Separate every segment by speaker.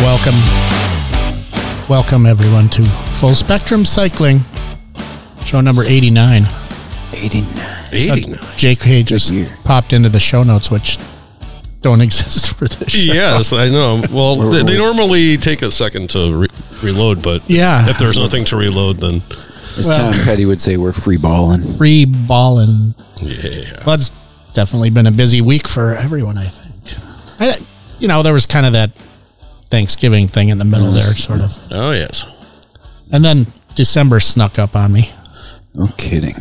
Speaker 1: Welcome. Welcome, everyone, to Full Spectrum Cycling, show number 89.
Speaker 2: 89.
Speaker 3: 89.
Speaker 1: Jake Hay just
Speaker 2: year.
Speaker 1: popped into the show notes, which don't exist for this show.
Speaker 3: Yes, I know. Well, they, they normally take a second to re- reload, but
Speaker 1: Yeah.
Speaker 3: if there's nothing to reload, then
Speaker 2: As
Speaker 1: Well-
Speaker 2: Tom Petty would say, we're free balling.
Speaker 1: Free balling.
Speaker 3: yeah.
Speaker 1: Well, it's definitely been a busy week for everyone, I think. I, you know, there was kind of that Thanksgiving thing in the middle there, sort of.
Speaker 3: Oh yes.
Speaker 1: And then December snuck up on me.
Speaker 2: No kidding.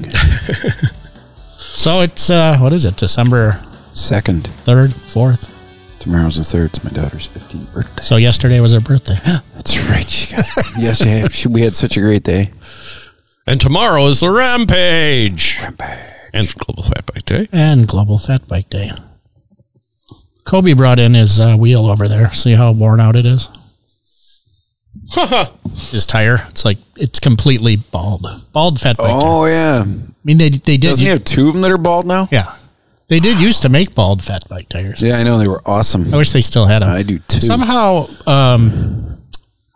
Speaker 1: So it's, uh, what is it, December
Speaker 2: Second,
Speaker 1: 3rd, 4th?
Speaker 2: tomorrow's the third. It's my daughter's 15th birthday.
Speaker 1: So yesterday was her birthday.
Speaker 2: That's right. She got, yes, yeah, she, we had such a great day.
Speaker 3: And tomorrow is the rampage
Speaker 2: Rampage.
Speaker 3: and global fat bike day.
Speaker 1: and Global Fat Bike Day. Kobe brought in his uh, wheel over there. See how worn out it is? his tire. It's like it's completely bald. Bald fat bike. tire.
Speaker 2: Oh, yeah.
Speaker 1: I mean, they they did.
Speaker 2: Doesn't he have two of them that are bald now?
Speaker 1: yeah, they did used to make bald fat bike tires.
Speaker 2: Yeah, I know. They were awesome.
Speaker 1: I wish they still had them.
Speaker 2: I do too.
Speaker 1: Somehow, um,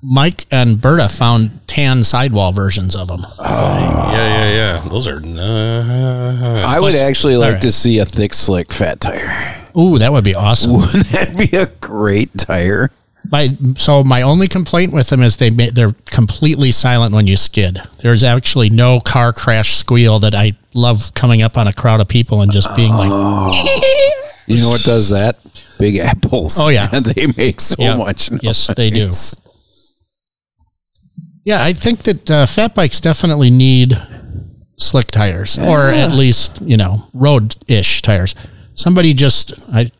Speaker 1: Mike and Berta found tan sidewall versions of them.
Speaker 2: Uh.
Speaker 3: Yeah, yeah, yeah. Those are nice.
Speaker 2: I would actually like
Speaker 1: right.
Speaker 2: to see a thick, slick, fat tire.
Speaker 1: Ooh, that would be awesome.
Speaker 2: Would that be a great tire?
Speaker 1: My so my only complaint with them is they ma- they're completely silent when you skid. There's actually no car crash squeal that I love coming up on a crowd of people and just being like,
Speaker 2: You know what does that? Big apples.
Speaker 1: Oh, yeah.
Speaker 2: they make so
Speaker 1: Yeah.
Speaker 2: much. Noise.
Speaker 1: yes, they do. Yeah, I think that uh, fat bikes definitely need slick tires or at least you know road ish tires. Somebody just I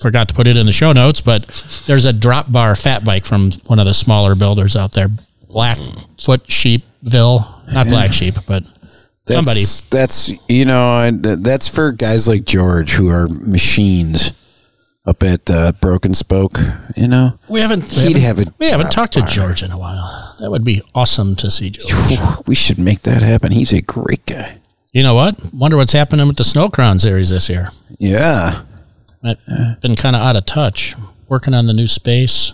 Speaker 1: forgot to put it in the show notes, but there's a drop bar fat bike from one of the smaller builders out there, Blackfoot Sheepville, not Black Sheep, but.
Speaker 2: That's,
Speaker 1: Somebody.
Speaker 2: That's you know, and th- that's for guys like George who are machines up at uh, Broken Spoke. You know,
Speaker 1: We haven't.
Speaker 2: He'd
Speaker 1: we
Speaker 2: have
Speaker 1: haven't,
Speaker 2: a
Speaker 1: we haven't
Speaker 2: drop
Speaker 1: talked to George in a while. That would be awesome to see George.
Speaker 2: we should make that happen. He's a great guy.
Speaker 1: You know what? Wonder what's happening with the Snow Crown series this year.
Speaker 2: Yeah,
Speaker 1: I've been kind of out of touch. Working on the new space.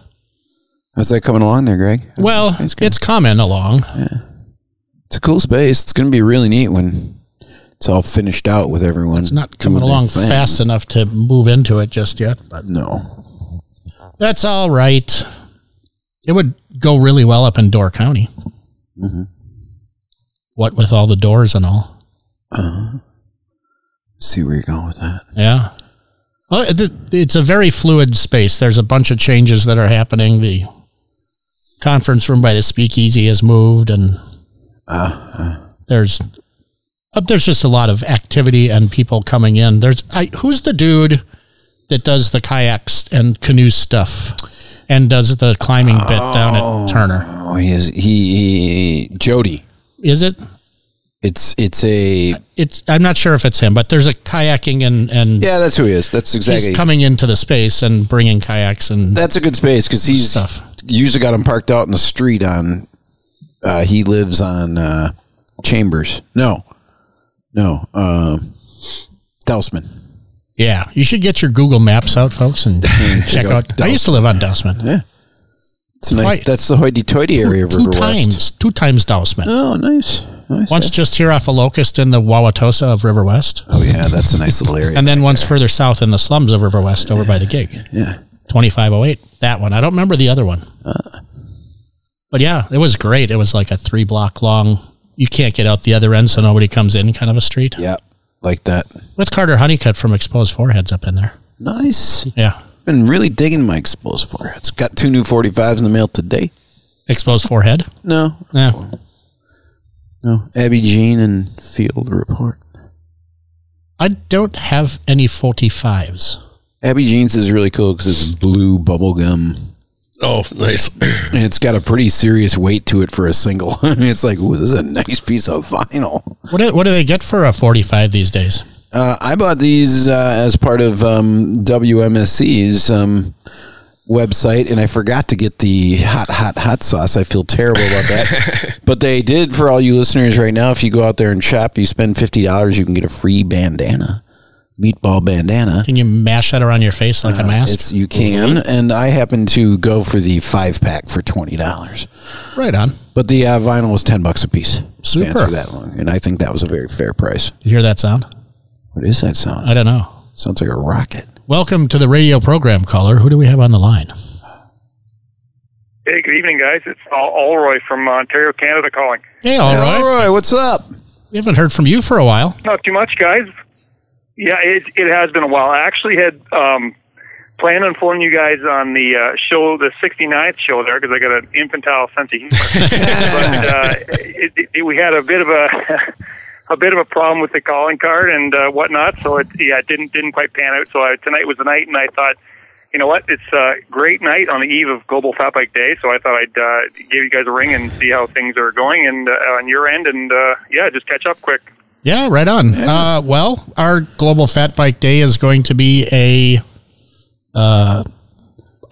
Speaker 2: how's that coming along there, Greg? How's
Speaker 1: Well,
Speaker 2: the space going?
Speaker 1: it's coming along.
Speaker 2: it's a cool space. It's going to be really neat when it's all finished out with everyone. It's
Speaker 1: Not coming along fast enough to move into it just yet, but
Speaker 2: No,
Speaker 1: that's all right. It would go really well up in Door County. What with all the doors and all.
Speaker 2: see where you're going with that.
Speaker 1: Yeah. Well, it- it- it's a very fluid space. There's a bunch of changes that are happening. The conference room by the speakeasy has moved, and there's uh, there's just a lot of activity and people coming in. There's I, who's the dude that does the kayaks and canoe stuff and does the climbing bit down at Turner?
Speaker 2: Oh, he is he, he Jody.
Speaker 1: Is it?
Speaker 2: It's it's a
Speaker 1: It's I'm not sure if it's him, but there's a kayaking and and
Speaker 2: yeah. That's who he is. That's exactly.
Speaker 1: he's coming into the space and bringing kayaks and
Speaker 2: That's a good space because he's
Speaker 1: Stuff.
Speaker 2: usually got him parked out in the street on. Uh, he lives on uh, Chambers. No, no, uh, Dousman.
Speaker 1: Yeah, you should get your Google Maps out, folks, and check out. I used to live on Dousman.
Speaker 2: It's nice.
Speaker 1: Right.
Speaker 2: That's the hoity-toity area of
Speaker 1: Two
Speaker 2: River West.
Speaker 1: times, two times Dousman.
Speaker 2: Oh, nice, nice.
Speaker 1: Once just here off of Locust in the Wauwatosa of River West,
Speaker 2: oh yeah, that's a nice little area.
Speaker 1: and then once further south in the slums of River West over by the gig.
Speaker 2: yeah,
Speaker 1: 2508, that one. I don't remember the other one.
Speaker 2: Uh.
Speaker 1: But yeah, it was great. It was like a three block long, you can't get out the other end, so nobody comes in kind of a street.
Speaker 2: yeah, like that.
Speaker 1: With Carter Honeycutt from Exposed Foreheads up in there.
Speaker 2: Nice.
Speaker 1: Yeah.
Speaker 2: Been really digging my exposed foreheads. Got two new forty-fives in the mail today.
Speaker 1: Exposed Forehead.
Speaker 2: No,
Speaker 1: Yeah.
Speaker 2: no. Abby Jean and Field report.
Speaker 1: I don't have any 45s.
Speaker 2: Abby Jeans is really cool because it's blue bubblegum.
Speaker 3: Oh, nice.
Speaker 2: And it's got a pretty serious weight to it for a single. I mean, it's like, ooh, this is a nice piece of vinyl.
Speaker 1: What do, what do they get for a 45 these days?
Speaker 2: Uh, I bought these uh, as part of um, WMSC's um, website, and I forgot to get the hot, hot, hot sauce. I feel terrible about that. but they did for all you listeners right now. If you go out there and shop, you spend $50, you can get a free bandana. meatball bandana.
Speaker 1: Can you mash that around your face like a mask?
Speaker 2: It's you can, and I happened to go for the five pack for twenty dollars.
Speaker 1: Right on.
Speaker 2: But the uh, vinyl was ten bucks a piece.
Speaker 1: Super.
Speaker 2: Stands for that long, and I think that was a very fair price.
Speaker 1: You hear that sound?
Speaker 2: What is that sound?
Speaker 1: I don't know.
Speaker 2: Sounds like a rocket.
Speaker 1: Welcome to the radio program, caller. Who do we have on the line?
Speaker 4: Hey, good evening, guys. It's Al Alroy from Ontario, Canada calling.
Speaker 1: Hey, all right.
Speaker 2: Roy, what's up?
Speaker 1: We haven't heard from you for a while.
Speaker 4: Not too much, guys. Yeah, it, it has been a while. I actually had um, planned on pulling you guys on the uh, show, the 69th show there, because I got an infantile sense of humor. but uh, it, it, it, we had a bit of a a bit of a problem with the calling card and uh, whatnot, so it yeah it didn't didn't quite pan out. So I, tonight was the night, and I thought. You know what? It's a great night on the eve of Global Fat Bike Day, so I thought I'd uh, give you guys a ring and see how things are going and uh, on your end, and uh, yeah, just catch up quick.
Speaker 1: Yeah, right on. Uh, well, our Global Fat Bike Day is going to be a uh,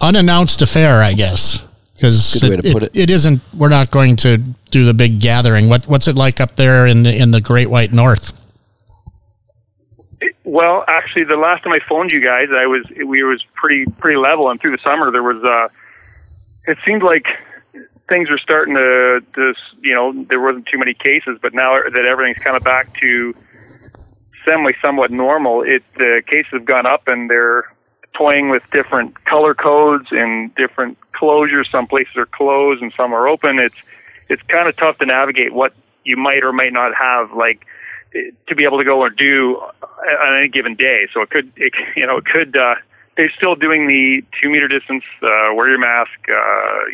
Speaker 1: unannounced affair, I guess, because
Speaker 2: Good way to put it.
Speaker 1: it isn't. We're not going to do the big gathering. What What's it like up there in the, in the Great White North?
Speaker 4: Well, actually, the last time I phoned you guys, I was we was pretty pretty level, and through the summer there was uh, it seemed like things were starting to, to you know there wasn't too many cases, but now that everything's kind of back to semi somewhat normal, it the cases have gone up, and they're toying with different color codes and different closures. Some places are closed and some are open. It's it's kind of tough to navigate what you might or might not have like to be able to go or do on any given day. So it could, it, you know, it could. Uh, they're still doing the two meter distance, uh, wear your mask, uh,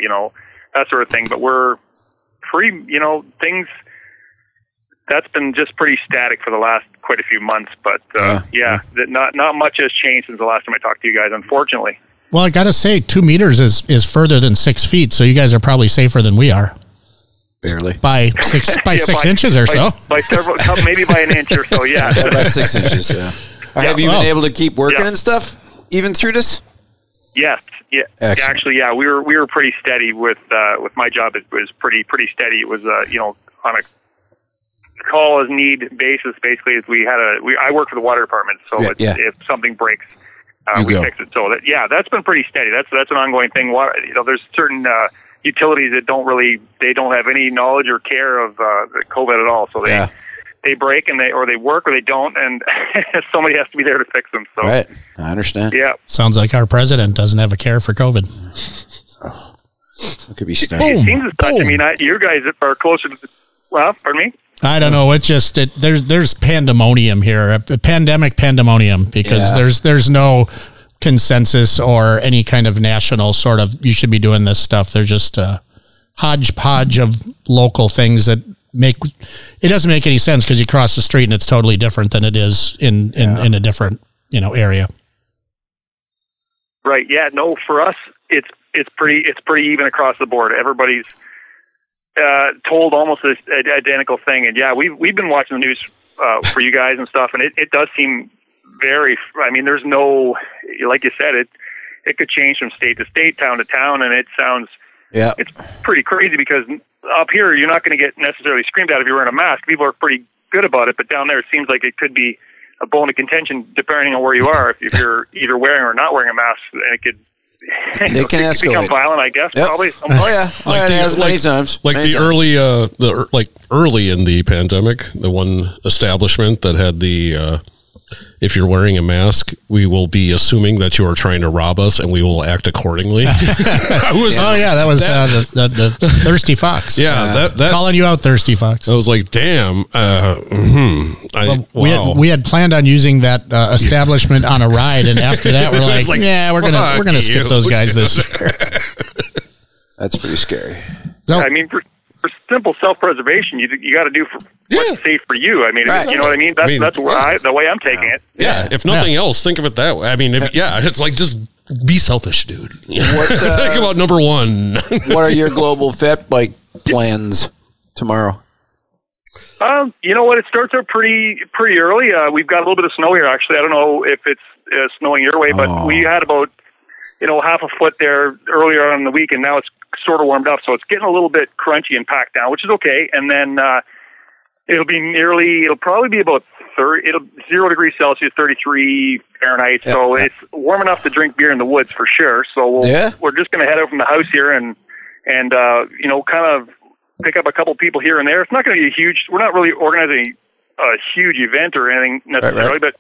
Speaker 4: you know, that sort of thing. But we're pretty, you know, things. That's been just pretty static for the last quite a few months. But uh, yeah, that not not much has changed since the last time I talked to you guys. Unfortunately.
Speaker 1: Well, I gotta say, two meters is is further than six feet, so you guys are probably safer than we are
Speaker 2: Barely.
Speaker 1: by six by
Speaker 4: Yeah,
Speaker 1: six
Speaker 4: by-
Speaker 1: inches or
Speaker 4: by-
Speaker 1: so.
Speaker 4: By several, maybe by an inch or so. Yeah.
Speaker 2: About six inches. Yeah. have you
Speaker 1: Wow.
Speaker 2: been able to keep working
Speaker 4: Yeah.
Speaker 2: and stuff even through this?
Speaker 4: Yes. Yeah.
Speaker 2: Excellent.
Speaker 4: Actually, yeah, we were we were pretty steady with uh, with my job. It was pretty pretty steady. It was uh, you know on a call as need basis. Basically, if we had a we I work for the water department, so
Speaker 2: Yeah,
Speaker 4: it's,
Speaker 2: yeah.
Speaker 4: if something breaks, uh,
Speaker 2: You
Speaker 4: we
Speaker 2: go.
Speaker 4: fix it. So that yeah, that's been pretty steady. That's that's an ongoing thing. Water, you know, there's certain. Uh, Utilities that don't really, they don't have any knowledge or care of uh, the COVID at all. So they
Speaker 2: Yeah.
Speaker 4: they break and they or they work or they don't, and somebody has to be there to fix them. So
Speaker 2: Right. I understand.
Speaker 4: yeah,
Speaker 1: Sounds like our president doesn't have a care for COVID.
Speaker 2: It could be snowing.
Speaker 1: Boom.
Speaker 4: It seems as such. I
Speaker 1: Boom.
Speaker 4: mean, I, your guys are closer to the. Well, pardon me?
Speaker 1: I don't know. It just it, there's there's pandemonium here, a pandemic pandemonium because
Speaker 2: Yeah.
Speaker 1: there's there's no consensus or any kind of national sort of you should be doing this stuff. They're just a hodgepodge of local things that make it doesn't make any sense because you cross the street and it's totally different than it is in in, in a different you know area.
Speaker 4: Right. Yeah. No, for us, it's it's pretty it's pretty even across the board. Everybody's uh, told almost this i- identical thing, and yeah, we've we've been watching the news uh, for you guys and stuff, and it, it does seem very. I mean, there's no like you said it. It could change from state to state, town to town, and it sounds
Speaker 2: Yeah.
Speaker 4: it's pretty crazy because up here you're not going to get necessarily screamed at if you're wearing a mask. People are pretty good about it, but down there it seems like it could be a bone of contention depending on where you are. If, if you're either wearing or not wearing a mask, and it could
Speaker 2: They can
Speaker 4: it could become
Speaker 2: escalate.
Speaker 4: violent, I guess.
Speaker 2: Yep.
Speaker 4: Probably.
Speaker 2: Oh yeah. Oh, yeah, it has many
Speaker 3: like-
Speaker 2: times.
Speaker 3: like
Speaker 2: Many
Speaker 3: the
Speaker 2: times.
Speaker 3: early, uh, the ear- like early in the pandemic, the one establishment that had the, uh, if you're wearing a mask, we will be assuming that you are trying to rob us, and we will act accordingly. I was,
Speaker 1: Oh yeah, that was uh, the, the the thirsty fox.
Speaker 3: yeah, that Oh, that
Speaker 1: calling you out, thirsty fox.
Speaker 3: I was like, damn, uh, hmm, I, wow.
Speaker 1: We had, we had planned on using that uh, establishment on a ride, and after that, we're like,
Speaker 3: It's like,
Speaker 1: yeah, we're gonna we're gonna
Speaker 3: fuck
Speaker 1: skip
Speaker 3: you."
Speaker 1: those guys this year.
Speaker 2: That's pretty scary.
Speaker 1: So,
Speaker 4: I mean, for, for simple self-preservation, you you got to do for what's safe for you. I mean,
Speaker 2: Right.
Speaker 4: you know what I mean. That's
Speaker 3: mean-
Speaker 4: that's where I, the way I'm taking it.
Speaker 3: yeah, if nothing else, think of it that way. I mean, if, yeah, it's like just be selfish, dude.
Speaker 2: What, uh,
Speaker 3: think about number one.
Speaker 2: What are your global fat bike plans tomorrow?
Speaker 4: Um, you know what? It starts out pretty pretty early. Uh, we've got a little bit of snow here, actually. I don't know if it's uh, snowing your way, but
Speaker 2: Oh.
Speaker 4: we had about you know half a foot there earlier on in the week, and now it's sort of warmed up, so it's getting a little bit crunchy and packed down, which is okay. And then uh, It'll be nearly. It'll probably be about thirty. It'll zero degrees Celsius, thirty three Fahrenheit. so it's warm enough to drink beer in the woods for sure. So we'll,
Speaker 2: Yeah.
Speaker 4: we're just going to head out from the house here and and uh, you know kind of pick up a couple people here and there. It's not going to be a huge. We're not really organizing a huge event or anything necessarily, but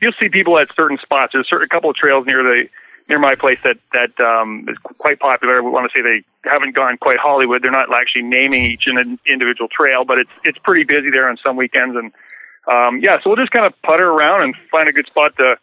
Speaker 4: you'll see people at certain spots. There's certain, a couple of trails near the near my place that that um, is quite popular. We want to say they haven't gone quite Hollywood. They're not actually naming each in an individual trail, but it's it's pretty busy there on some weekends. And um, yeah, so we'll just kind of putter around and find a good spot to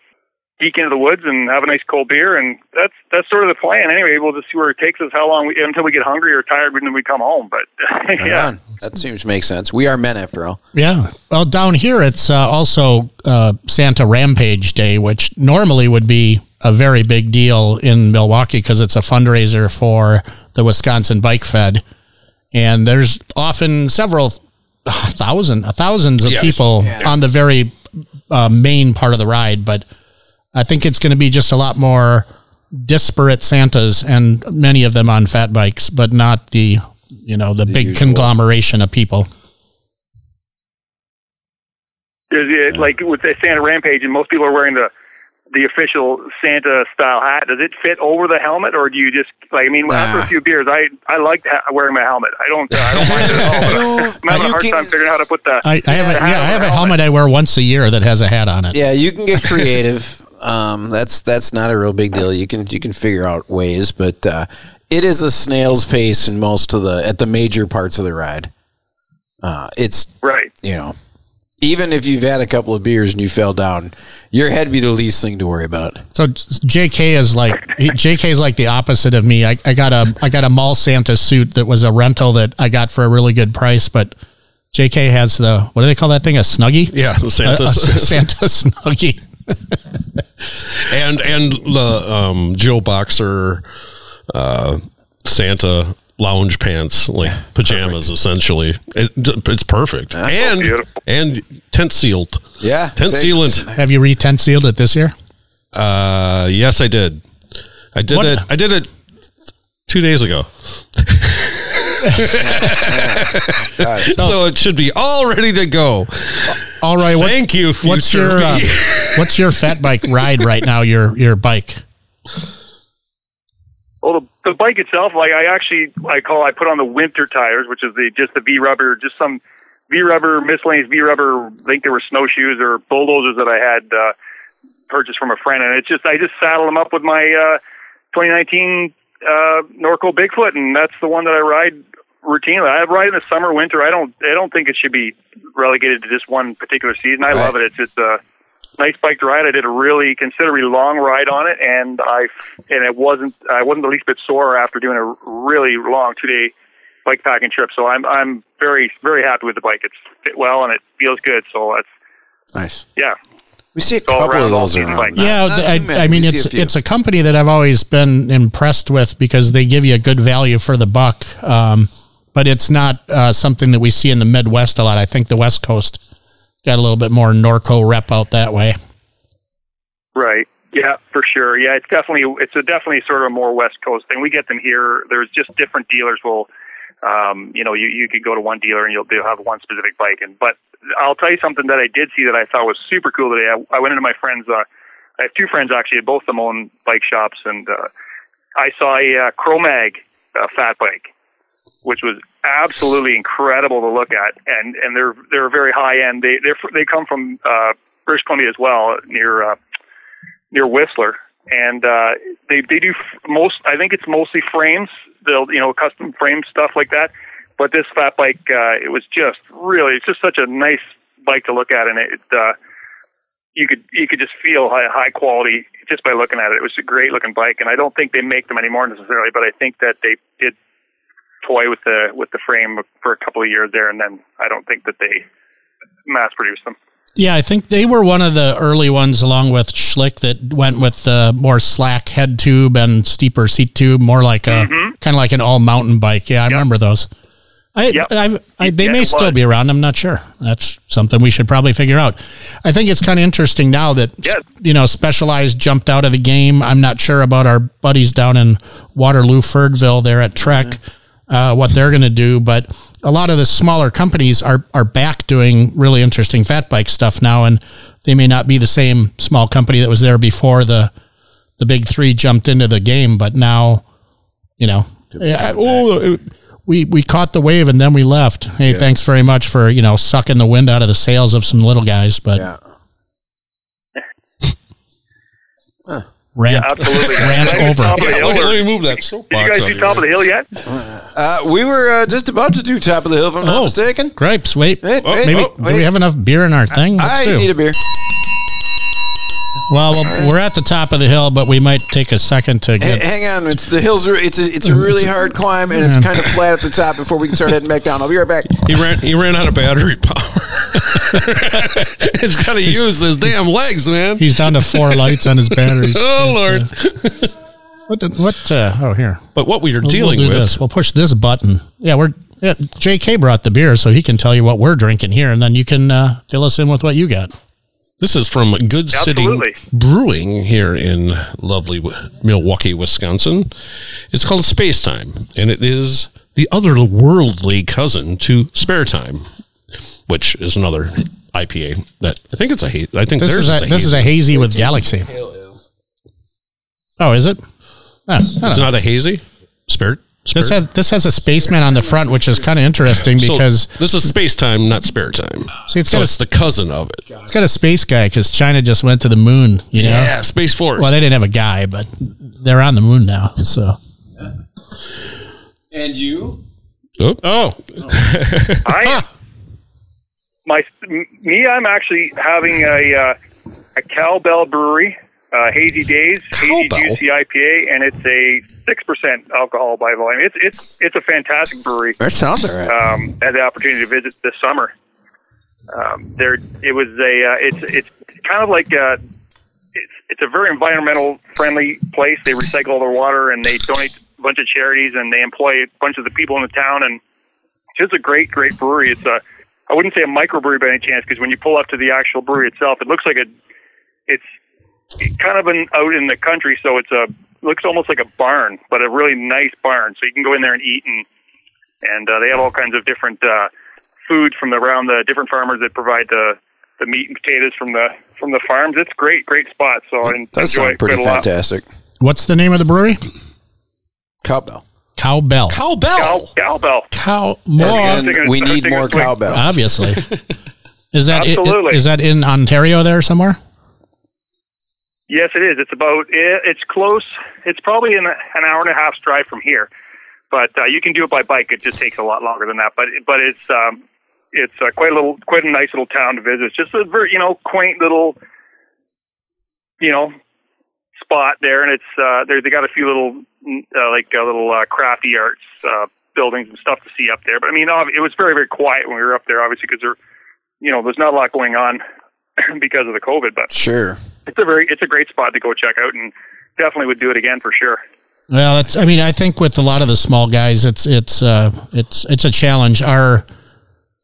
Speaker 4: geek into the woods and have a nice cold beer. And that's that's sort of the plan. Anyway, we'll just see where it takes us. How long we, until we get hungry or tired when we come home. But yeah,
Speaker 2: Right on. That seems to make sense. We are men after all.
Speaker 1: Yeah. Well, down here, it's uh, also uh, Santa Rampage Day, which normally would be a very big deal in Milwaukee because it's a fundraiser for the Wisconsin Bike Fed. And there's often several uh, thousand, thousands of
Speaker 3: Yes.
Speaker 1: people on the very uh, main part of the ride. But I think it's going to be just a lot more disparate Santas and many of them on fat bikes, but not the, you know, the, big
Speaker 2: usual.
Speaker 1: conglomeration of people.
Speaker 4: There's, it, like with the Santa Rampage, and most people are wearing the the official Santa style hat. Does it fit over the helmet, or do you just like? I mean, after
Speaker 2: Nah.
Speaker 4: a few beers, I I like ha- wearing my helmet. I don't uh, I don't mind it at all.
Speaker 2: You-
Speaker 4: But I'm having a
Speaker 2: you
Speaker 4: hard
Speaker 2: can-
Speaker 4: time figuring out how to put the.
Speaker 1: I, I have a,
Speaker 4: the
Speaker 1: yeah, I have a
Speaker 4: on the
Speaker 1: helmet I wear once a year that has a hat on it.
Speaker 2: Yeah, you can get creative. um, that's that's not a real big deal. You can you can figure out ways, but uh, it is a snail's pace in most of the at the major parts of the ride. Uh, it's
Speaker 4: Right.
Speaker 2: you know, even if you've had a couple of beers and you fell down, your head be the least thing to worry about.
Speaker 1: So JK is like he- JK is like the opposite of me. I, I got a I got a mall Santa suit that was a rental that I got for a really good price, but JK has the what do they call that thing? A snuggie?
Speaker 3: Yeah, the
Speaker 1: A,
Speaker 3: Santa
Speaker 1: a Santa snuggie.
Speaker 3: and and the um, Joe Boxer uh, Santa lounge pants, like pajamas, essentially. It, it's perfect and
Speaker 4: beautiful.
Speaker 3: and tent sealed.
Speaker 2: Yeah,
Speaker 3: Tent
Speaker 2: same.
Speaker 3: sealant.
Speaker 1: Have you retent sealed it this year?
Speaker 3: Uh, yes, I did. I did
Speaker 1: What-
Speaker 3: it. I did it two days ago. so it should be all ready to go.
Speaker 1: All right. what-
Speaker 3: Thank you,
Speaker 1: what's
Speaker 3: future
Speaker 1: your uh,
Speaker 3: me.
Speaker 1: what's your fat bike ride right now? Your your bike.
Speaker 4: Well, the, the bike itself, like I actually, I call, I put on the winter tires, which is the just the V rubber, just some V rubber miscellaneous V rubber. I think there were snowshoes or bulldozers that I had uh, purchased from a friend, and it's just I just saddled them up with my uh, 2019 uh, Norco Bigfoot, and that's the one that I ride routinely. I ride in the summer, winter. I don't, I don't think it should be relegated to just one particular season. I love it. It's just uh, nice bike to ride. I did a really considerably long ride on it, and I and it wasn't I wasn't the least bit sore after doing a really long two day bike packing trip. So I'm I'm very very happy with the bike. It's fit well and it feels good. So that's
Speaker 2: Nice.
Speaker 4: yeah.
Speaker 2: We see a
Speaker 4: all
Speaker 2: couple of
Speaker 4: around, all
Speaker 2: those
Speaker 4: season
Speaker 2: around.
Speaker 4: bike.
Speaker 2: now.
Speaker 1: Yeah,
Speaker 2: Not too
Speaker 1: I,
Speaker 2: many.
Speaker 1: I mean
Speaker 2: We see
Speaker 1: it's
Speaker 2: a few.
Speaker 1: it's a company that I've always been impressed with because they give you a good value for the buck. Um, but it's not uh, something that we see in the Midwest a lot. I think the West Coast got a little bit more Norco rep out that way.
Speaker 4: Right. Yeah, for sure. Yeah, it's definitely it's a definitely sort of a more West Coast thing. We get them here. There's just different dealers will, um, you know, you you could go to one dealer and you'll they'll have one specific bike. And but I'll tell you something that I did see that I thought was super cool today. I, I went into my friend's. Uh, I have two friends actually. Both of them own bike shops, and uh, I saw a uh, Cro-Mag uh, fat bike, which was absolutely incredible to look at, and and they're they're very high end. They they they come from uh, British Columbia as well, near uh, near Whistler, and uh, they they do f- most. I think it's mostly frames. They'll you know custom frame stuff like that. But this fat bike, uh, it was just really it's just such a nice bike to look at, and it. Uh, you could you could just feel high, high quality just by looking at it. It was a great looking bike, and I don't think they make them anymore necessarily, but I think that they did toy with the with the frame for a couple of years there, and then I don't think that they mass produced them.
Speaker 1: Yeah, I think they were one of the early ones, along with Schlick, that went with the more slack head tube and steeper seat tube, more like a
Speaker 4: Mm-hmm.
Speaker 1: kind of like an all mountain bike. Yeah, I remember those. I,
Speaker 4: Yep.
Speaker 1: I've, I, they
Speaker 4: Yeah,
Speaker 1: may
Speaker 4: it
Speaker 1: still
Speaker 4: was.
Speaker 1: be around. I'm not sure. That's something we should probably figure out. I think it's kind of interesting now that
Speaker 4: Yeah.
Speaker 1: you know Specialized jumped out of the game. I'm not sure about our buddies down in Waterloo, Ferdville, there at Trek. uh, what they're going to do. But a lot of the smaller companies are are back doing really interesting fat bike stuff now, and they may not be the same small company that was there before the the big three jumped into the game, but now, you know, yeah, oh, it- we we caught the wave and then we left. Hey, thanks very much for you know sucking the wind out of the sails of some little guys, but.
Speaker 2: Yeah.
Speaker 1: Rant,
Speaker 4: Absolutely.
Speaker 1: rant
Speaker 4: You guys
Speaker 1: over.
Speaker 4: do Top of the
Speaker 3: Yeah,
Speaker 4: hill
Speaker 3: let, me,
Speaker 4: or-
Speaker 3: let me move that
Speaker 4: Did you
Speaker 3: soapbox.
Speaker 4: guys
Speaker 3: out
Speaker 4: do
Speaker 3: of
Speaker 4: top of
Speaker 3: here.
Speaker 4: the hill yet?
Speaker 2: Uh, we were uh, just about to do top of the hill, if I'm not
Speaker 1: Oh.
Speaker 2: mistaken.
Speaker 1: Gripes, wait.
Speaker 2: Wait,
Speaker 1: Oh,
Speaker 2: wait,
Speaker 1: Maybe
Speaker 2: oh,
Speaker 1: do we
Speaker 2: wait.
Speaker 1: have enough beer in our thing?
Speaker 2: I
Speaker 1: Let's do.
Speaker 2: need a beer.
Speaker 1: well, well, we're at the top of the hill, but we might take a second to
Speaker 2: H-
Speaker 1: get.
Speaker 2: hang on, it's the hills. Are, it's a, it's a really hard climb, and it's kind of flat at the top before we can start heading back down. I'll be right back.
Speaker 3: He ran. He ran out of battery power. He's got to use his damn legs, man.
Speaker 1: He's down to four lights on his batteries.
Speaker 3: Oh lord!
Speaker 1: What? Did, what? Uh, oh, here.
Speaker 3: But what we are
Speaker 1: We'll-
Speaker 3: dealing
Speaker 1: we'll do
Speaker 3: with,
Speaker 1: This. We'll push this button. Yeah, we're. Yeah, JK brought the beer, so he can tell you what we're drinking here, and then you can uh, fill us in with what you got.
Speaker 3: this is from Good
Speaker 4: Absolutely.
Speaker 3: City Brewing here in lovely Wi- Milwaukee, Wisconsin. It's called Space Time, and it is the otherworldly cousin to Spare Time, which is another IPA that I think it's a haze. I think
Speaker 1: This
Speaker 3: there's
Speaker 1: is a, this is a hazy with Galaxy. Oh, is it? Ah, I don't
Speaker 3: It's
Speaker 1: know.
Speaker 3: not a hazy. Spirit.
Speaker 1: This
Speaker 3: Spirit?
Speaker 1: has this has a spaceman on the front, which is kind of interesting
Speaker 3: So
Speaker 1: because
Speaker 3: this is space time, not spare time.
Speaker 1: See, it's
Speaker 3: so
Speaker 1: got a-
Speaker 3: it's the cousin of it.
Speaker 1: it's got a space guy because China just went to the moon. You know,
Speaker 3: Yeah, space force.
Speaker 1: well they didn't have a guy, but they're on the moon now. So
Speaker 2: And you?
Speaker 3: oh, oh,
Speaker 4: I my m- me, I'm actually having a uh, a Cowbell Brewery uh, Hazy Days Hazy
Speaker 3: Cowbell?
Speaker 4: Juicy IPA, and it's a six percent alcohol by volume. It's it's it's a fantastic brewery.
Speaker 2: That sounds all right.
Speaker 4: Um, I had the opportunity to visit this summer. Um, there, it was a uh, it's it's kind of like uh it's it's a very environmental friendly place. They recycle all their water and they donate to a bunch of charities and they employ a bunch of the people in the town and it's just a great, great brewery. It's a, I wouldn't say a microbrewery by any chance because when you pull up to the actual brewery itself, it looks like a, it's it kind of an, out in the country, so it's a looks almost like a barn, but a really nice barn. So you can go in there and eat and and uh, they have all kinds of different uh, food from around the different farmers that provide the the meat and potatoes from the from the farms. It's great, great spot. So I enjoy
Speaker 2: That sounds
Speaker 4: it quite
Speaker 2: pretty
Speaker 4: a lot.
Speaker 2: fantastic.
Speaker 1: what's the name of the brewery?
Speaker 2: Cowbell.
Speaker 1: Cowbell.
Speaker 3: cowbell.
Speaker 4: Cow, cowbell.
Speaker 1: Cow
Speaker 2: As
Speaker 1: more
Speaker 2: in,
Speaker 4: taking a-
Speaker 2: we
Speaker 4: I'm
Speaker 2: need
Speaker 4: taking a
Speaker 2: more
Speaker 4: swig.
Speaker 2: cowbell.
Speaker 1: obviously. Is that i- i-
Speaker 4: Absolutely.
Speaker 1: is that in Ontario there somewhere?
Speaker 4: Yes, it is. It's about it, it's close. It's probably an, an hour and a half's drive from here, but uh, you can do it by bike. It just takes a lot longer than that. But but it's um, it's uh, quite a little, quite a nice little town to visit. It's just a very you know quaint little you know spot there, and it's uh, there. They got a few little mm, uh, like uh, little uh, crafty arts uh, buildings and stuff to see up there. But I mean, ob- it was very very quiet when we were up there, obviously because there you know there's not a lot going on because of the COVID, but
Speaker 2: Sure.
Speaker 4: it's a very it's a great spot to go check out and definitely would do it again for sure
Speaker 1: Well, that's. I mean, I think with a lot of the small guys, it's it's uh, it's it's a challenge. Our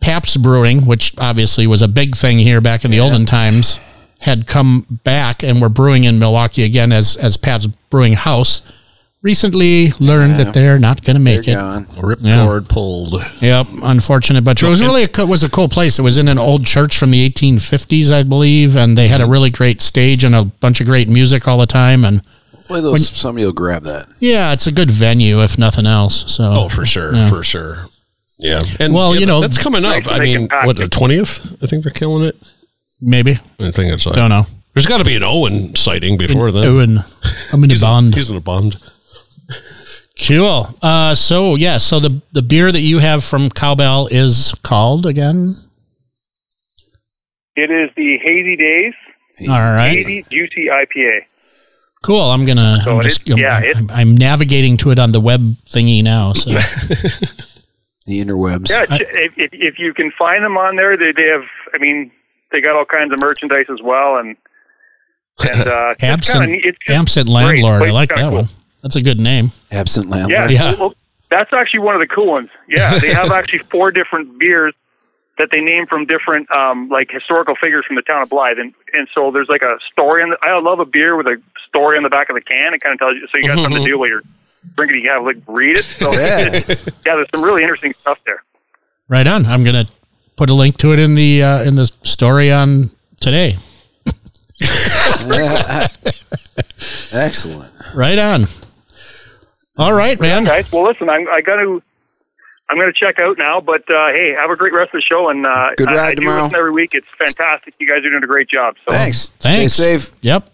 Speaker 1: Paps Brewing, which obviously was a big thing here back in the olden times, had come back and were brewing in Milwaukee again as as Paps Brewing House. Recently learned that they're not going to make it.
Speaker 2: Gone.
Speaker 3: Ripcord pulled.
Speaker 1: Yep, unfortunate, but it was really a, co- was a cool place. It was in an old church from the 1850s, I believe, and they had a really great stage and a bunch of great music all the time. And
Speaker 2: Play those. somebody will grab that.
Speaker 1: yeah, it's a good venue if nothing else. So
Speaker 3: Oh, for sure, for sure. Yeah, and
Speaker 1: Well,
Speaker 3: yeah,
Speaker 1: you know-
Speaker 3: that's coming up.
Speaker 4: Nice
Speaker 3: I
Speaker 4: to make
Speaker 3: mean,
Speaker 4: it packed.
Speaker 3: what the twentieth? I think they're killing it.
Speaker 1: maybe
Speaker 3: I think it's like
Speaker 1: don't know.
Speaker 3: there's got to be an Owen sighting before
Speaker 4: Uh,
Speaker 3: then.
Speaker 1: Owen, I'm in a bond.
Speaker 3: He's in a bond.
Speaker 1: Cool. Uh, so yeah, so the the beer that you have from Cowbell is called again.
Speaker 4: it is the hazy days
Speaker 1: All right.
Speaker 4: hazy juicy ipa
Speaker 1: Cool. I'm gonna.
Speaker 4: So
Speaker 1: I'm
Speaker 4: it
Speaker 1: just,
Speaker 4: is- yeah,
Speaker 1: I'm,
Speaker 4: it-
Speaker 1: I'm, I'm navigating to it on the web thingy now. So
Speaker 2: The interwebs.
Speaker 4: yeah ch- if, if, if you can find them on there they, they have i mean they got all kinds of merchandise as well and and uh it's kinda
Speaker 1: absent
Speaker 4: neat. It's just
Speaker 1: absent
Speaker 4: great.
Speaker 1: landlord. I
Speaker 4: Place
Speaker 1: like
Speaker 4: kinda
Speaker 1: that
Speaker 4: cool.
Speaker 1: one. That's a good name.
Speaker 2: Absent landlord.
Speaker 4: yeah,
Speaker 1: Yeah.
Speaker 4: Well, that's actually one of the cool ones yeah they have actually four different beers that they name from different um like historical figures from the town of Blythe and and so there's
Speaker 2: Mm-hmm.
Speaker 4: like a story in the, I love a beer with a story on the back of the can it kind of tells you so you got something to do while you're Brinkety Cavalick read it. So
Speaker 2: Oh, Yeah.
Speaker 4: yeah, there's some really interesting stuff there.
Speaker 1: Right on. I'm gonna put a link to it in the uh, in the story on today.
Speaker 2: Excellent.
Speaker 1: Right on. All right, man.
Speaker 4: Guys, well, listen, I'm, I got to. I'm going to check out now, but uh, hey, have a great rest of the show and uh,
Speaker 2: Good
Speaker 4: I- I,
Speaker 2: ride
Speaker 4: do
Speaker 2: tomorrow.
Speaker 4: listen every week. It's fantastic. You guys are doing a great job. So
Speaker 2: Thanks.
Speaker 1: Thanks.
Speaker 2: Stay safe.
Speaker 1: Yep.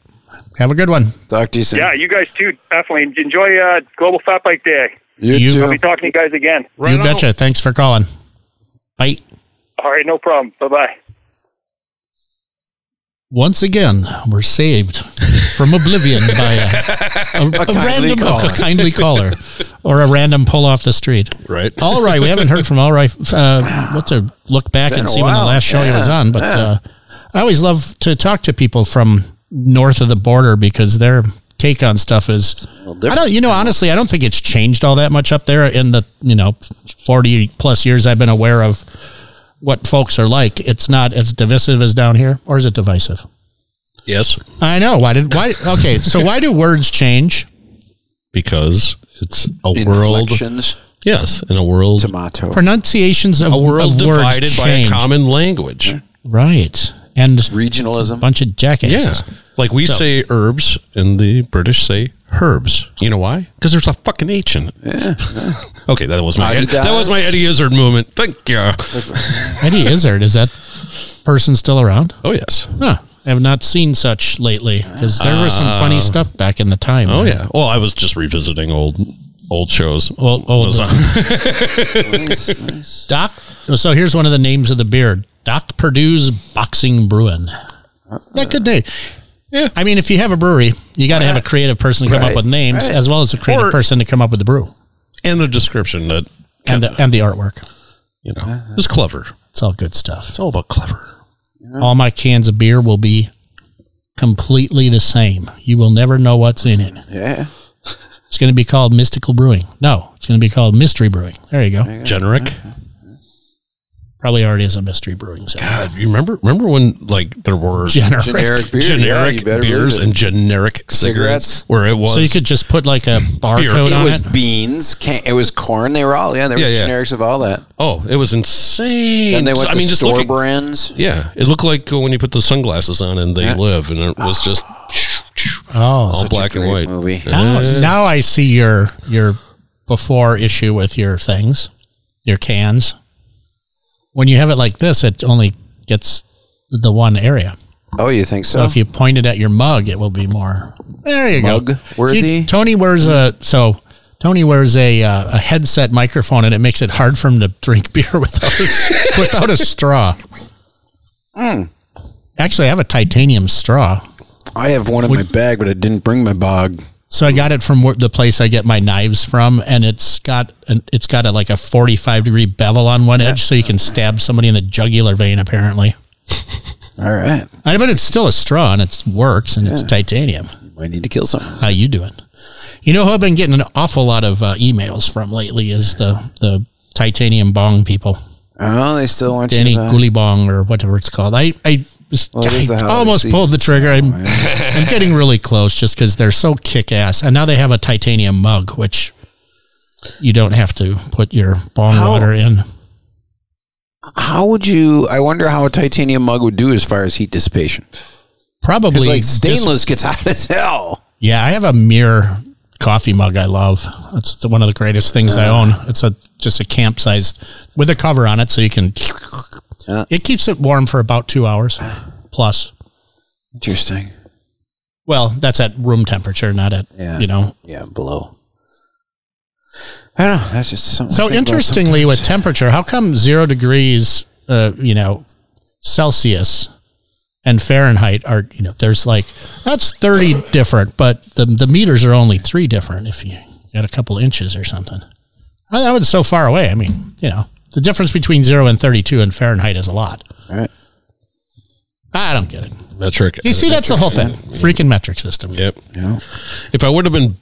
Speaker 1: Have a good one.
Speaker 2: Talk to you soon.
Speaker 4: yeah, you guys too. Definitely enjoy uh, Global Fat Bike Day.
Speaker 2: you,
Speaker 1: You-
Speaker 2: too.
Speaker 4: Be talking to you guys again.
Speaker 3: Right
Speaker 1: you
Speaker 3: on.
Speaker 1: betcha. Thanks for calling. Bye.
Speaker 4: All right, no problem. Bye bye.
Speaker 1: Once again, we're saved from oblivion by a, a, a
Speaker 2: kindly
Speaker 1: random
Speaker 2: caller.
Speaker 1: a kindly caller or a random pull off the street.
Speaker 3: Right.
Speaker 1: All right, we haven't heard from All right. Uh, what's a look back
Speaker 2: Been
Speaker 1: and
Speaker 2: a
Speaker 1: see when the
Speaker 2: while.
Speaker 1: last show he was
Speaker 2: Yeah,
Speaker 1: on? But uh, I always love to talk to people from north of the border because their take on stuff is. I
Speaker 2: different
Speaker 1: don't. You know, honestly, I don't think it's changed all that much up there in the you know forty plus years I've been aware of what folks are like. It's not as divisive as down here, or is it divisive?
Speaker 3: Yes.
Speaker 1: I know. Why did why? Okay, so why do words change?
Speaker 3: Because it's a world.
Speaker 2: Inflections.
Speaker 3: Yes, in a world.
Speaker 2: Tomato.
Speaker 1: Pronunciations of
Speaker 3: A world
Speaker 1: of words
Speaker 3: divided by a
Speaker 1: change.
Speaker 3: common language.
Speaker 1: right and a
Speaker 2: Regionalism.
Speaker 1: bunch of jackasses.
Speaker 3: Yeah. Like we
Speaker 1: So-
Speaker 3: say herbs and the British say herbs. You know why? Because there's a fucking H in it. okay, that was my
Speaker 2: Mighty
Speaker 3: that was my
Speaker 2: Ducks.
Speaker 3: Eddie Izzard moment. Thank you.
Speaker 1: Eddie Izzard is that person still around?
Speaker 3: Oh yes.
Speaker 1: Huh. I have not seen such lately because there was some funny stuff back in the time.
Speaker 3: Oh yeah. Well, I was just revisiting old old shows.
Speaker 1: Well, old
Speaker 3: Those-
Speaker 2: nice, nice.
Speaker 1: Doc. So here's one of the names of the beer: Doc Purdue's Boxing Bruin. Yeah, good name.
Speaker 3: Yeah.
Speaker 1: I mean, if you have a brewery, you got to have a creative person to come up
Speaker 2: Right,
Speaker 1: with names,
Speaker 2: right.
Speaker 1: as well as a creative
Speaker 3: Or-
Speaker 1: person to come up with the brew
Speaker 3: and the description that
Speaker 1: and the, and the artwork.
Speaker 3: you know
Speaker 2: Uh-huh.
Speaker 3: is clever.
Speaker 1: It's all good stuff.
Speaker 3: It's all about clever.
Speaker 1: All my cans of beer will be completely the same. You will never know what's in it.
Speaker 2: Yeah.
Speaker 1: It's going to be called Mystical Brewing. No, it's going to be called Mystery Brewing. There you go.
Speaker 3: Generic.
Speaker 2: Uh-huh.
Speaker 1: Probably already is a Mystery Brewing. So.
Speaker 3: God, you remember remember when like there were
Speaker 1: Generic.
Speaker 2: Generic beer. yeah,
Speaker 3: generic
Speaker 2: you better
Speaker 3: beers
Speaker 2: believe it.
Speaker 3: and generic cigarettes,
Speaker 2: Cigarettes.
Speaker 3: where it was
Speaker 1: So you could just put like a barcode
Speaker 3: Beer.
Speaker 1: on
Speaker 2: it was
Speaker 1: it.
Speaker 2: beans. Can- it was corn. They were all yeah. There were
Speaker 3: Yeah, yeah.
Speaker 2: generics of all that.
Speaker 3: oh it was insane.
Speaker 2: And they went
Speaker 3: I
Speaker 2: to
Speaker 3: mean just
Speaker 2: store
Speaker 3: look at-
Speaker 2: brands.
Speaker 3: Yeah, it looked like when you put the sunglasses on and they live, and it was just
Speaker 1: Oh,
Speaker 3: all black and
Speaker 2: Ah, great
Speaker 3: white.
Speaker 2: movie.
Speaker 1: now, Ah, now I see your your before issue with your things, your cans. When you have it like this, it only gets the one area.
Speaker 2: Oh, you think so?
Speaker 1: So if you point it at your mug, it will be more. There you go.
Speaker 2: Mug worthy?
Speaker 1: You- Tony wears a so Tony wears a uh, a headset microphone, and it makes it hard for him to drink beer without a, without a straw. Mm. Actually, I have a titanium straw,
Speaker 2: I have one in my bag, but I didn't bring my bog.
Speaker 1: so I got it from where, the place I get my knives from, and it's got an, it's got a, like a forty five degree bevel on one edge, so you can stab somebody in the jugular vein. Apparently,
Speaker 2: All right.
Speaker 1: I but it's still a straw, and it works, and it's titanium.
Speaker 2: You might need to kill someone.
Speaker 1: How you doing? You know who I've been getting an awful lot of uh, emails from lately is the the titanium bong people,
Speaker 2: Oh, they still want
Speaker 1: Danny
Speaker 2: you to buy-
Speaker 1: Gully Bong or whatever it's called. I I, was-
Speaker 2: Well, it is the
Speaker 1: I
Speaker 2: holiday
Speaker 1: almost pulled the
Speaker 2: season,
Speaker 1: trigger. I'm I'm getting really close just because they're so kick ass, and now they have a titanium mug which you don't have to put your bong
Speaker 2: How-
Speaker 1: water in.
Speaker 2: How would you? I wonder how a titanium mug would do as far as heat dissipation.
Speaker 1: Probably
Speaker 2: Because like
Speaker 1: dis-
Speaker 2: stainless gets hot as hell.
Speaker 1: Yeah, I have a mirror coffee mug I love. It's the- one of the greatest things I own. It's a just a camp sized with a cover on it so you can
Speaker 2: Yeah.
Speaker 1: it keeps it warm for about two hours plus.
Speaker 2: Interesting.
Speaker 1: Well, that's at room temperature, not at
Speaker 2: Yeah.
Speaker 1: you know.
Speaker 2: Yeah, below. I don't know. That's just something. I
Speaker 1: So
Speaker 2: think about
Speaker 1: interestingly with
Speaker 2: sometimes.
Speaker 1: temperature, how come zero degrees uh, you know, Celsius and Fahrenheit are you know, there's like that's thirty different, but the the meters are only three different if you got a couple inches or something. I, that was so far away. I mean, you know, the difference between zero and thirty-two in Fahrenheit is a lot.
Speaker 2: Right.
Speaker 1: I don't get it.
Speaker 3: Metric.
Speaker 1: You see, that's the whole thing. Freaking metric system.
Speaker 3: Yep.
Speaker 2: Yeah.
Speaker 3: If I would have been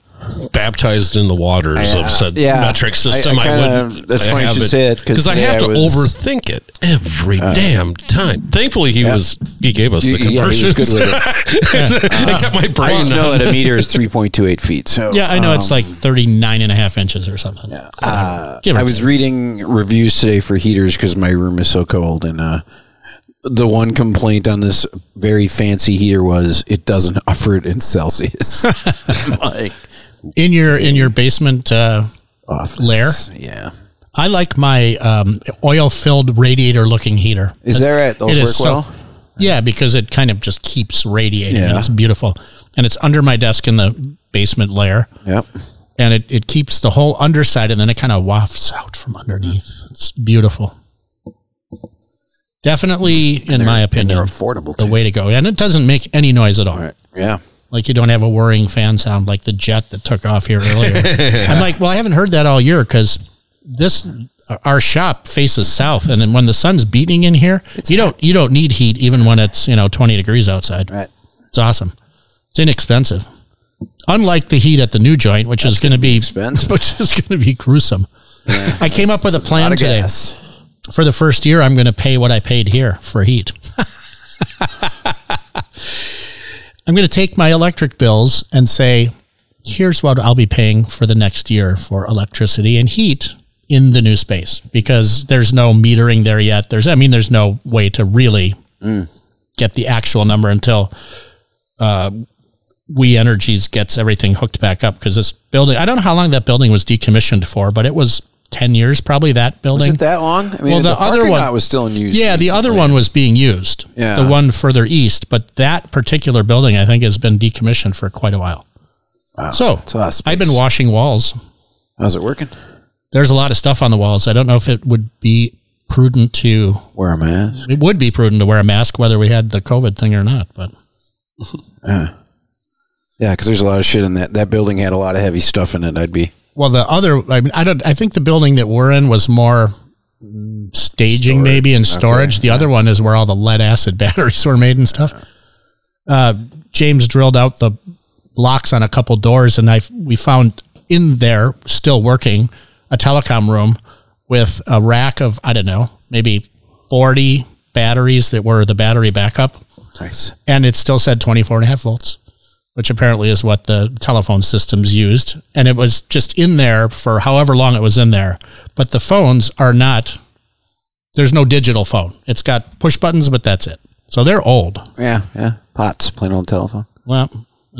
Speaker 3: baptized in the waters of said
Speaker 2: yeah.
Speaker 3: metric system,
Speaker 2: I-
Speaker 3: I,
Speaker 2: I kinda-
Speaker 3: would.
Speaker 2: that's
Speaker 3: I
Speaker 2: funny you
Speaker 3: have
Speaker 2: should say it, 'cause
Speaker 3: because I
Speaker 2: today
Speaker 3: have
Speaker 2: I
Speaker 3: to
Speaker 2: was- Uh,
Speaker 3: overthink it every damn time. Thankfully, he was he gave us the
Speaker 2: You- yeah, he was
Speaker 3: conversions.
Speaker 2: good with it.
Speaker 3: it kept my
Speaker 2: I
Speaker 3: brain.
Speaker 2: just know
Speaker 3: on.
Speaker 2: that a meter is 3.28 feet. So
Speaker 1: Yeah, I know it's
Speaker 2: Um,
Speaker 1: like 39 and a half inches or something.
Speaker 2: Uh,
Speaker 1: Give or
Speaker 2: I was
Speaker 1: take.
Speaker 2: reading reviews today for heaters because my room is so cold, and uh, the one complaint on this very fancy heater was it doesn't offer it in Celsius. I'm like,
Speaker 1: In your in your basement uh,
Speaker 2: office.
Speaker 1: Lair?
Speaker 2: yeah.
Speaker 1: I like my um, oil filled radiator looking heater.
Speaker 2: Is that right? Those
Speaker 1: It
Speaker 2: work
Speaker 1: is so-
Speaker 2: well.
Speaker 1: Yeah, because it kind of just keeps radiating. And
Speaker 2: Yeah.
Speaker 1: it's beautiful. And it's under my desk in the basement layer.
Speaker 2: Yep.
Speaker 1: And it, it keeps the whole underside and then it kind of wafts out from underneath. It's beautiful. Definitely, in my
Speaker 2: And
Speaker 1: opinion,
Speaker 2: they're affordable
Speaker 1: the
Speaker 2: too.
Speaker 1: way to go. And it doesn't make any noise at all.
Speaker 2: Right. Yeah.
Speaker 1: Like you don't have a whirring fan sound like the jet that took off here earlier. I'm like, well, I haven't heard that all year because this our shop faces south, and then when the sun's beating in here, you don't you don't need heat even when it's you know 20 degrees outside.
Speaker 2: Right.
Speaker 1: It's awesome. It's inexpensive. Unlike the heat at the new joint, which is going to be
Speaker 2: expensive.
Speaker 1: which is going to be gruesome. I came up with a
Speaker 2: Out
Speaker 1: plan
Speaker 2: of
Speaker 1: today
Speaker 2: gas.
Speaker 1: for the first year, I'm going to pay what I paid here for heat. I'm going to take my electric bills and say, here's what I'll be paying for the next year for electricity and heat in the new space because there's no metering there yet. There's, I mean, there's no way to really get the actual number until uh, We Energies gets everything hooked back up because this building, I don't know how long that building was decommissioned for, but it was 10 years probably that building.
Speaker 2: Is it that long? I mean,
Speaker 1: Well,
Speaker 2: the,
Speaker 1: the
Speaker 2: parking
Speaker 1: other one-
Speaker 2: lot was still in use.
Speaker 1: Yeah, the other
Speaker 2: recently.
Speaker 1: one was being used.
Speaker 2: Yeah.
Speaker 1: The one further east, but that particular building I think has been decommissioned for quite a while. So,
Speaker 2: a lot of
Speaker 1: I've been
Speaker 2: space.
Speaker 1: washing walls.
Speaker 2: How's it working?
Speaker 1: There's a lot of stuff on the walls. I don't know if it would be prudent to
Speaker 2: Where am I? at?
Speaker 1: it would be prudent to wear a mask whether we had the COVID thing or not, but
Speaker 2: Yeah, because there's a lot of shit in that. That building had a lot of heavy stuff in it. I'd be
Speaker 1: well the other I mean I don't I think the building that we're in was more mm, staging maybe and storage. The other one is where all the lead acid batteries were made and stuff. Uh, James drilled out the locks on a couple doors, and I we found in there still working a telecom room with a rack of I don't know maybe forty batteries that were the battery backup,
Speaker 2: nice.
Speaker 1: and it still said 24 and a half volts, which apparently is what the telephone systems used, and it was just in there for however long it was in there. But the phones are not. There's no digital phone. It's got push buttons, but that's it. So they're old.
Speaker 2: Yeah, yeah. Pots, plain old telephone.
Speaker 1: Well,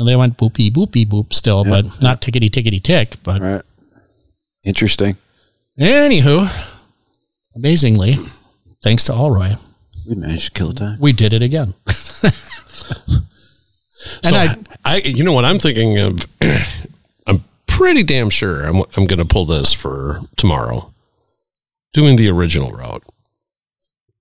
Speaker 1: they went boopy boopy boop still, but not tickety tickety tick. But
Speaker 2: Right. Interesting.
Speaker 1: anywho, amazingly, thanks to Alroy,
Speaker 2: We managed to kill time.
Speaker 1: we did it again. and I,
Speaker 3: I, you know what I'm thinking of. I'm pretty damn sure I'm I'm going to pull this for tomorrow. Doing the original route,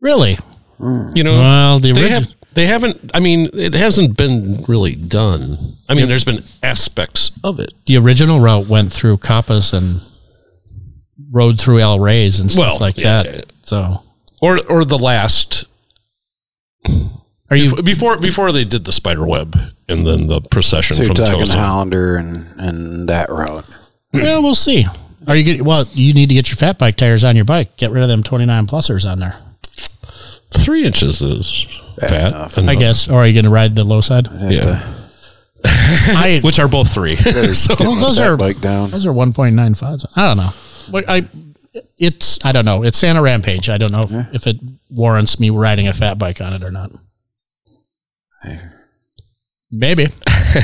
Speaker 1: really,
Speaker 3: you know.
Speaker 1: well, the
Speaker 3: they,
Speaker 1: original.
Speaker 3: have, they haven't. I mean, it hasn't been really done. I mean, there's been aspects of it.
Speaker 1: the original route went through Coppice and rode through El Reyes and stuff
Speaker 3: Well,
Speaker 1: like
Speaker 3: yeah,
Speaker 1: that.
Speaker 3: yeah, yeah.
Speaker 1: So,
Speaker 3: or or the last
Speaker 1: are you?
Speaker 3: before before they did the spider web and then the procession
Speaker 2: So you're
Speaker 3: from
Speaker 2: talking
Speaker 3: Tulsa.
Speaker 2: Hollander and, and that route.
Speaker 1: yeah, we'll see. Are you getting? Well, you need to get your fat bike tires on your bike. Get rid of them twenty nine plusers on there,
Speaker 3: Three inches is fat,
Speaker 2: enough.
Speaker 1: I
Speaker 3: enough.
Speaker 1: guess. Or are you going to ride the low side?
Speaker 2: I'd have
Speaker 3: Yeah.
Speaker 2: to-
Speaker 1: I,
Speaker 3: which are both three.
Speaker 2: better get
Speaker 1: Well,
Speaker 2: my
Speaker 1: those
Speaker 2: fat
Speaker 1: are-
Speaker 2: bike down.
Speaker 1: Those are one point nine five. I don't know. But I, it's I don't know. It's Santa Rampage. I don't know if, if it warrants me riding a fat bike on it or not. Maybe.
Speaker 3: Yeah,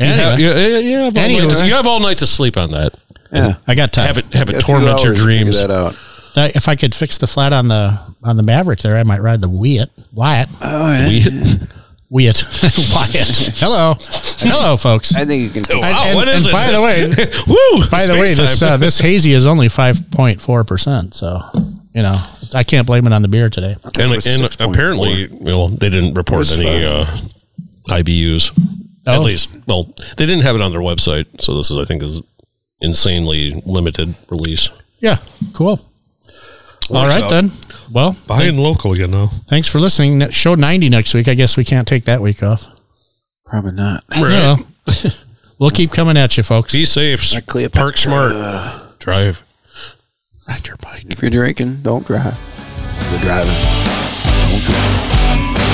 Speaker 1: anyway,
Speaker 3: yeah, yeah, you, have all
Speaker 1: Anyway.
Speaker 3: night to, you have all night to sleep on that.
Speaker 2: Yeah.
Speaker 1: I got time.
Speaker 3: Have it have
Speaker 2: Got
Speaker 3: it
Speaker 2: a few
Speaker 3: torment your
Speaker 2: hours to figure
Speaker 3: dreams.
Speaker 2: That out.
Speaker 1: That- if I could fix the flat on the on the Maverick there, I might ride the Wyatt. Wyatt.
Speaker 2: Oh, yeah.
Speaker 3: We-
Speaker 1: Wyatt. Wyatt. Hello. Hello, folks.
Speaker 2: I think you can.
Speaker 3: wow,
Speaker 1: and-
Speaker 3: what
Speaker 1: and
Speaker 3: is it?
Speaker 1: by the way-
Speaker 3: woo!
Speaker 1: By the way,
Speaker 3: space
Speaker 1: this
Speaker 3: time.
Speaker 1: uh, this hazy is only five point four percent. So you know, I can't blame it on the beer today.
Speaker 3: and,
Speaker 2: was
Speaker 3: and
Speaker 2: 6.4.
Speaker 3: apparently, well, they didn't report
Speaker 2: was
Speaker 3: any uh, IBUs.
Speaker 1: Oh.
Speaker 3: At least, well, they didn't have it on their website. So this is, I think, is insanely limited release.
Speaker 1: Yeah, cool. All right
Speaker 3: out.
Speaker 1: then. Well,
Speaker 3: Buying local, you know.
Speaker 1: thanks for listening. Ne- Show ninety next week. I guess we can't take that week off.
Speaker 2: Probably not.
Speaker 1: Yeah. We'll keep coming at you, folks.
Speaker 3: Be safe.
Speaker 2: Like Cleopatra. Uh,
Speaker 3: Park smart. Drive. Ride your bike.
Speaker 2: If you're drinking, don't drive. If you're driving, don't drive.